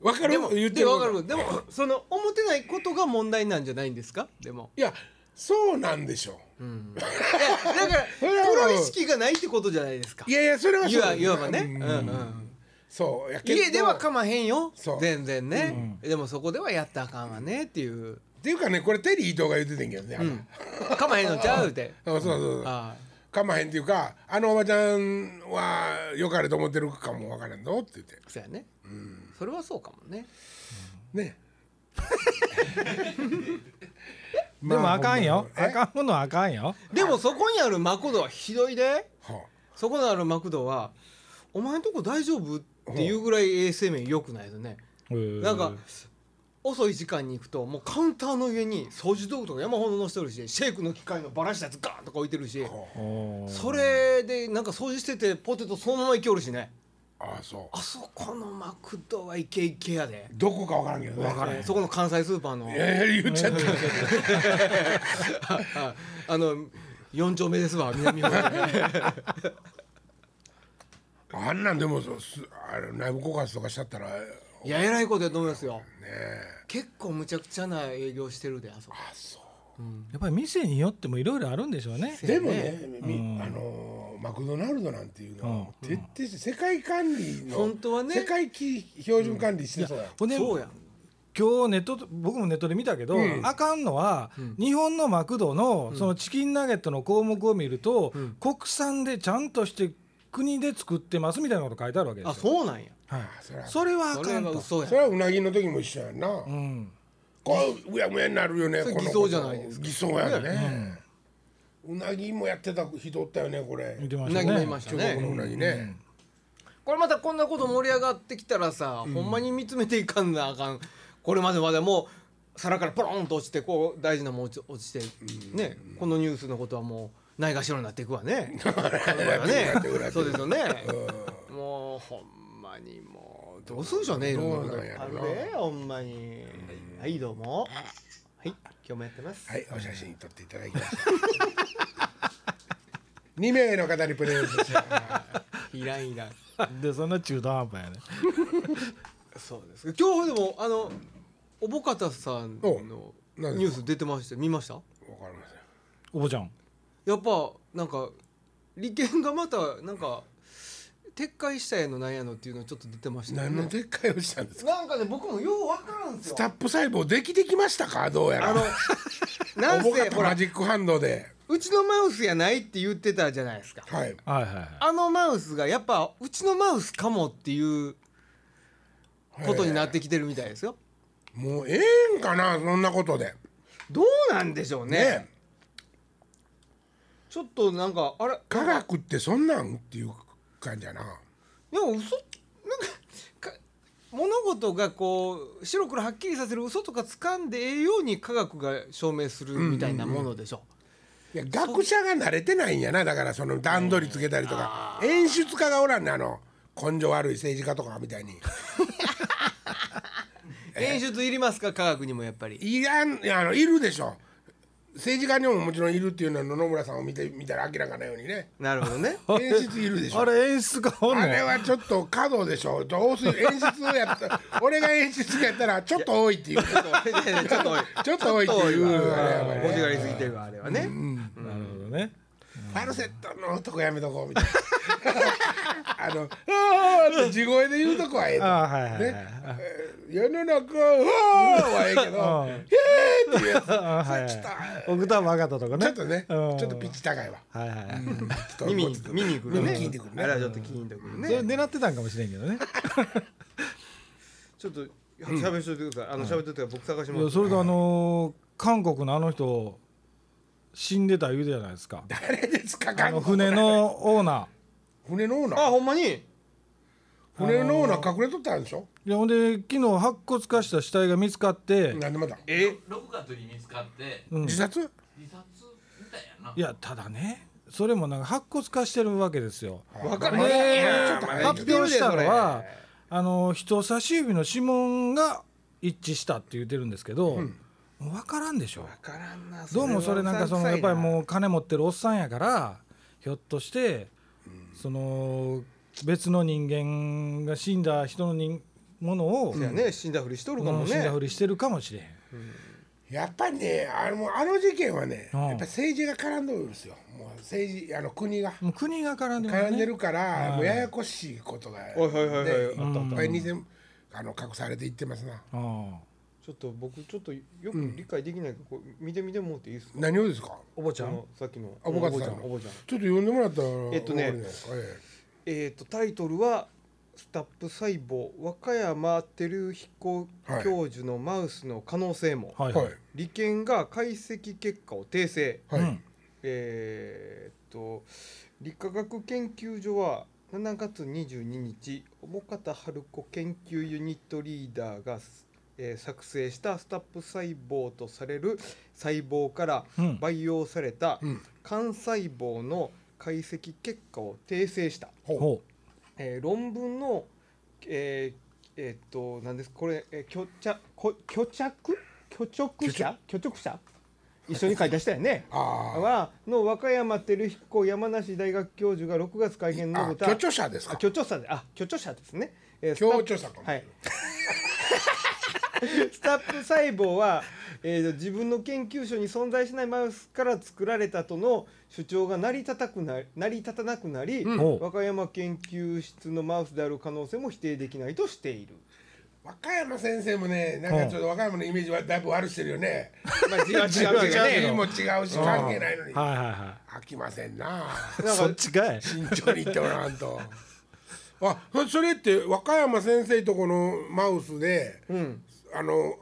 Speaker 1: わ、かる
Speaker 2: でも
Speaker 1: 言って
Speaker 2: で
Speaker 1: る
Speaker 2: わ
Speaker 1: こと
Speaker 2: かるでもその思ってないことが問題なんじゃないんですかでも
Speaker 1: いやそうなんでしょう。
Speaker 2: いやだから
Speaker 1: それは
Speaker 2: プロの意識がないってことじゃないですか
Speaker 1: いやいやそれは
Speaker 2: いうわいわばね、うんうん
Speaker 1: そうやけど
Speaker 2: 家ではかまへんよ
Speaker 1: そう
Speaker 2: 全然ね、でもそこではやったらあかんわねっていう、
Speaker 1: っていうかねこれテリー伊藤が言っててんけどね、
Speaker 2: うん、かまへんのちゃうって
Speaker 1: あそうそうそう
Speaker 2: あ
Speaker 1: かまへんっていうかあのおばちゃんはよかれと思ってるかもわからんぞって言って
Speaker 2: あそうやね、それはそうかもね
Speaker 1: ね
Speaker 3: でもあかんよ
Speaker 1: まあ
Speaker 3: あかんものはあかんよ
Speaker 2: でもそこにあるマクドはひどいで
Speaker 1: ほんまは
Speaker 2: そこにあるマクドは「お前んとこ大丈夫?」っていうぐらい衛生面良くないですねなんか遅い時間に行くともうカウンターの上に掃除道具とか山ほど載せてるしシェイクの機械のバラしたやつガーンとか置いてるし
Speaker 1: ほう
Speaker 3: おー
Speaker 2: それでなんか掃除しててポテトそのままいけおるしね
Speaker 1: ああそう
Speaker 2: あそこのマクドはイケイケやで
Speaker 1: どこかわからんけどね
Speaker 2: わからへんそこの関西スーパーの
Speaker 1: えー、言っちゃった
Speaker 2: ああの4丁目ですわ南方
Speaker 1: あんなんでもそうすあれ内部告発とかしちゃったらね
Speaker 2: いやえらいことやと思いますよ
Speaker 1: え
Speaker 2: 結構むちゃくちゃな営業してるであそこ
Speaker 1: あそう
Speaker 3: やっぱり店によってもいろいろあるんでしょうね
Speaker 1: でもね、みあのーマクドナルドなんていうのはもう徹底して世界管理の
Speaker 2: 本当はね
Speaker 1: 世界基標準管理してそうや、
Speaker 3: ほんで
Speaker 2: そうやん
Speaker 3: 今日ネット僕もネットで見たけど、
Speaker 1: うん
Speaker 3: あかんのは、日本のマクドのそのチキンナゲットの項目を見ると、
Speaker 2: ん
Speaker 3: 国産でちゃんとして国で作ってますみたいなこと書いてあるわけで
Speaker 2: あ
Speaker 3: すよ。
Speaker 2: そうなんや
Speaker 1: ああそれは
Speaker 3: それはあ
Speaker 2: そ
Speaker 3: か
Speaker 2: れ
Speaker 3: ん
Speaker 2: は
Speaker 3: と。
Speaker 2: 嘘や
Speaker 1: それはうなぎの時も一緒やんな、
Speaker 3: うん、
Speaker 1: こううやむやになるよね
Speaker 2: それ
Speaker 1: この
Speaker 2: 偽造じゃないですか
Speaker 1: 偽装やね、うなぎもやってた人おったよねこれ
Speaker 3: 見てま
Speaker 2: う
Speaker 3: した
Speaker 2: なぎもい
Speaker 3: ね。
Speaker 2: ました
Speaker 1: 中国の
Speaker 2: ね
Speaker 1: うなぎね、
Speaker 2: これまたこんなこと盛り上がってきたらさ、ほんまに見つめていかんなあかんこれまでまでもう皿からポロンと落ちてこう大事なもん落ち落ちて、ねこのニュースのことはもうないがしろになっていくわ ねこれからねそうですよね、もうほんまにもうどうするでしょうねいろんなこと
Speaker 1: どうなんや
Speaker 2: あ
Speaker 1: ろ
Speaker 2: る
Speaker 1: な
Speaker 2: でほんまにはいどうもはい今日もやって ます
Speaker 1: はいお写真撮っていただきました 二名の方にプレゼントし ます
Speaker 2: いらんいらん
Speaker 3: でそんな中途半端やね。
Speaker 2: そうですか今日でもあのおぼかたさん
Speaker 1: お
Speaker 2: の
Speaker 1: 何
Speaker 2: ニ
Speaker 1: で
Speaker 2: ュー
Speaker 1: すか
Speaker 2: ス出てましたよ見ました
Speaker 1: わかりません
Speaker 3: お坊ちゃん。
Speaker 2: やっぱなんか利権がまたなんか撤回したやのなんやのっていうのちょっと出てましたよ
Speaker 1: 何の
Speaker 2: ね
Speaker 1: 撤回をしたんですか
Speaker 2: なんかね僕もようわからんす
Speaker 1: ス
Speaker 2: よ
Speaker 1: タップ細胞できてきましたかどうやら
Speaker 2: あのなん
Speaker 1: 重かっ
Speaker 2: せ
Speaker 1: た
Speaker 2: ほ
Speaker 1: マ
Speaker 2: ら
Speaker 1: ジック反応で
Speaker 2: うちのマウスやないって言ってたじゃないですか
Speaker 1: はい
Speaker 3: はいはいはい。
Speaker 2: あのマウスがやっぱうちのマウスかもっていうことになってきてるみたいですよ
Speaker 1: もうええんかなそんなことで
Speaker 2: どうなんでしょうね
Speaker 1: ね
Speaker 2: ちょっとなんかあれ
Speaker 1: 科学ってそんなんっていう感じやな
Speaker 2: でも嘘なんかか物事がこう白黒はっきりさせる嘘とか掴んでええように科学が証明するみたいなものでしょ、
Speaker 1: いや学者が慣れてないんやなだからその段取りつけたりとか演出家がおらんねあの根性悪い政治家とかみたいに
Speaker 2: 演出いりますか科学にもやっぱり
Speaker 1: いらんいやあのいるでしょ政治家にももちろんいるっていうのは野々村さんを見てみたら明らかなようにね
Speaker 2: なるほ どね
Speaker 1: 演出いるでしょ
Speaker 3: あれ演出家おん
Speaker 1: あ
Speaker 3: ね
Speaker 1: れ
Speaker 3: ん。
Speaker 1: はちょっと過度でしょどうする演出やった 俺が演出やったらちょっと多いっていう
Speaker 2: ちょっと多い
Speaker 1: ちょっと多いっていうあれやばいね
Speaker 2: 欲しがりすぎてるわあれはね、
Speaker 3: なるほどね。
Speaker 1: ファルセットのとこやめとこうみたいな あの「あーって地声で言うとこはええと
Speaker 3: ああはいはいはい
Speaker 1: ね。世の中はあーはええけど
Speaker 3: う
Speaker 1: 「
Speaker 3: ん
Speaker 1: へーっていうやつ
Speaker 3: ああはいはい
Speaker 1: ちょっと
Speaker 3: オクターブ上がったとかね。
Speaker 1: ちょっとねち
Speaker 3: う
Speaker 1: ょ
Speaker 3: ん
Speaker 1: っとピッチ高いわ
Speaker 3: はいはいはい。
Speaker 2: 耳に耳にくるね
Speaker 1: 聞いてくるね
Speaker 2: あれはちょっと聞いてくるね
Speaker 3: それ狙ってたんかもしれんけどね。
Speaker 2: ちょっと喋っといてくださいあの喋っといてください僕探し
Speaker 3: いやそれとあのー韓国のあの人死んでた言うじゃないですか
Speaker 1: 誰ですか
Speaker 3: あの船のオーナ
Speaker 1: 船のオーナ
Speaker 2: あ
Speaker 1: ー
Speaker 2: ほんまに
Speaker 1: 船のオーナー隠れとったんでしょ
Speaker 3: ーいやほんで昨日白骨化した死体が見つかって
Speaker 1: なんでまた
Speaker 2: え
Speaker 4: 6月に見つかって
Speaker 1: 自殺
Speaker 4: 自殺みたいやない
Speaker 3: やただねそれもなんか白骨化してるわけですよ
Speaker 2: わかる
Speaker 3: で
Speaker 2: ね
Speaker 3: 発表したのはあのー人差し指の指紋が一致したって言ってるんですけど、もう分からんでしょ
Speaker 2: わからんな
Speaker 3: どうもそれなんかそのやっぱり
Speaker 2: う
Speaker 3: もう金持ってるおっさんやからひょっとしてその別の人間が死んだ人の人ものを
Speaker 2: そうやね死んだふりしとる
Speaker 3: う
Speaker 2: かも
Speaker 3: ん
Speaker 2: ね
Speaker 3: 死んだふりしてるかもしれへん
Speaker 1: やっぱりねあのあの事件はね、
Speaker 3: うん
Speaker 1: やっぱ政治が絡んでるんですよもう政治あの国が
Speaker 3: もう国が絡んでる、ね、
Speaker 1: 絡んでるから、もうややこしいことが、ね、
Speaker 2: おいおいおいおい
Speaker 1: い
Speaker 2: あったあっ
Speaker 1: っ
Speaker 2: た
Speaker 1: ぱいにせあの隠されていってますな
Speaker 3: ああ
Speaker 2: ちょっと僕ちょっとよく理解できないから、こう見てみてもらっていいですか
Speaker 1: 何をですか
Speaker 3: お坊ち
Speaker 2: そ
Speaker 3: ゃん
Speaker 2: のさっきの
Speaker 1: あ僕がさ
Speaker 2: ちゃんお坊ちゃん
Speaker 1: ちょっと呼んでもらったら
Speaker 2: えっとね
Speaker 1: わかるじゃないですかえ
Speaker 2: えっ、とタイトルはスタップ細胞和歌山照彦教授のマウスの可能性も、
Speaker 3: はい
Speaker 1: えは
Speaker 3: はいい、
Speaker 2: 利権が解析結果を訂正
Speaker 1: はい、
Speaker 3: うん
Speaker 2: えーっと理化学研究所は7月22日尾方春子研究ユニットリーダーが、えー作成したスタップ細胞とされる細胞から
Speaker 3: うん
Speaker 2: 培養された
Speaker 1: うん
Speaker 2: 幹細胞の解析結果を訂正した、
Speaker 1: ほ
Speaker 3: ほ
Speaker 2: えー論文のえーえーっと何ですこれ、えー、虚着こ虚着虚着者虚着者一緒に書いたしたよね
Speaker 1: う。あ
Speaker 2: はの和歌山照彦山梨大学教授が6月会見
Speaker 1: あ
Speaker 2: の
Speaker 1: あ
Speaker 2: 豚
Speaker 1: 巨著者ですか
Speaker 2: 巨著者であ巨著者ですね、えー
Speaker 1: 巨著者かも
Speaker 2: はい スタップ細胞は、えー自分の研究所に存在しないマウスから作られたとの主張が成り立たくな成り立たなくなり、
Speaker 3: んおう
Speaker 2: 和歌山研究室のマウスである可能性も否定できないとしている。
Speaker 1: 和歌山先生もねなんかちょっと和歌山のイメージはだいぶ悪してるよね
Speaker 2: まあ、違う違う
Speaker 1: 違う
Speaker 2: 違うね。
Speaker 1: も違うし関係ないのに
Speaker 3: うはいはいは
Speaker 1: 飽きませんな
Speaker 3: い
Speaker 2: なんか
Speaker 3: そっちかい
Speaker 1: 慎重に言っておらんとあそそれって和歌山先生とこのマウスで
Speaker 2: うん
Speaker 1: あの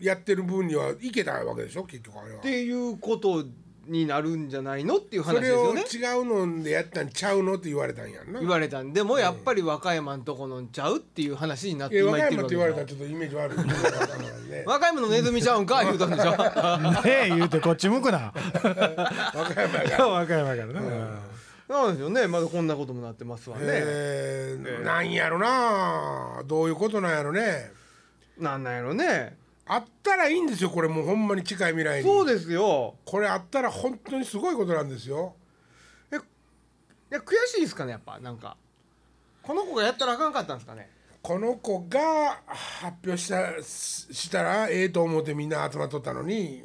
Speaker 1: やってる分にはいけたわけでしょ結局あれは
Speaker 2: っ。ていうことになるんじゃないのっていう話
Speaker 1: そ
Speaker 2: です
Speaker 1: れ
Speaker 2: よ
Speaker 1: を
Speaker 2: ね。
Speaker 1: 違うのでやったんちゃうのって言われたんやんな
Speaker 2: 言。われたんでもやっぱり和歌山のとこのんちゃうっていう話になって
Speaker 1: え和
Speaker 2: 今
Speaker 1: 歌
Speaker 2: 言って
Speaker 1: 山
Speaker 2: る
Speaker 1: っ
Speaker 2: わ
Speaker 1: て
Speaker 2: け
Speaker 1: 言われ
Speaker 2: で
Speaker 1: たら
Speaker 2: し
Speaker 1: ちょっとイメージ悪い。
Speaker 2: ょ和歌山のネズミちゃうんか言うたんでしょ
Speaker 3: ねえ言うてこっち向くな
Speaker 1: 和歌山が。
Speaker 3: 和歌山からね、
Speaker 2: なんですよね まだこんなこともなってますわね、
Speaker 1: えーなんやろなどういうことなんやろね
Speaker 2: なんなんやろね
Speaker 1: あったらいいんですよこれもうほんまに近い未来に
Speaker 2: そうですよ
Speaker 1: これあったら本当にすごいことなんですよ
Speaker 2: いや悔しいですかねやっぱなんかこの子がやったらあかんかったんですかね
Speaker 1: この子が発表したししたらええと思ってみんな集まっとったのに、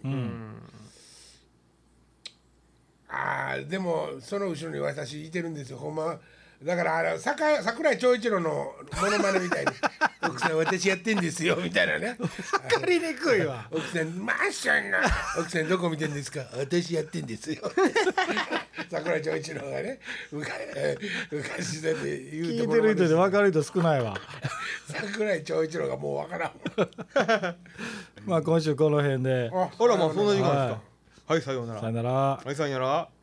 Speaker 1: あーでもその後ろに私いてるんですよほんまだからあれ桜桜井長一郎のものまねみた いに「奥さん私やってんですよ」みたいなね
Speaker 3: 分かりにくいわ
Speaker 1: 「奥さんマッションの奥さんどこ見てんですか私やってんですよ」 桜井長一郎がね昔昔だって言う
Speaker 3: 聞
Speaker 1: と
Speaker 3: い
Speaker 1: こ
Speaker 3: て
Speaker 1: ろ
Speaker 3: る人で分かる人少ないわ
Speaker 1: 桜井長一郎がもうわ からん
Speaker 3: まあ今週この辺で
Speaker 1: もん。
Speaker 2: あらまあそんな時間ですか
Speaker 3: は
Speaker 2: はい、さようなら
Speaker 3: さよなら
Speaker 2: はいさようなら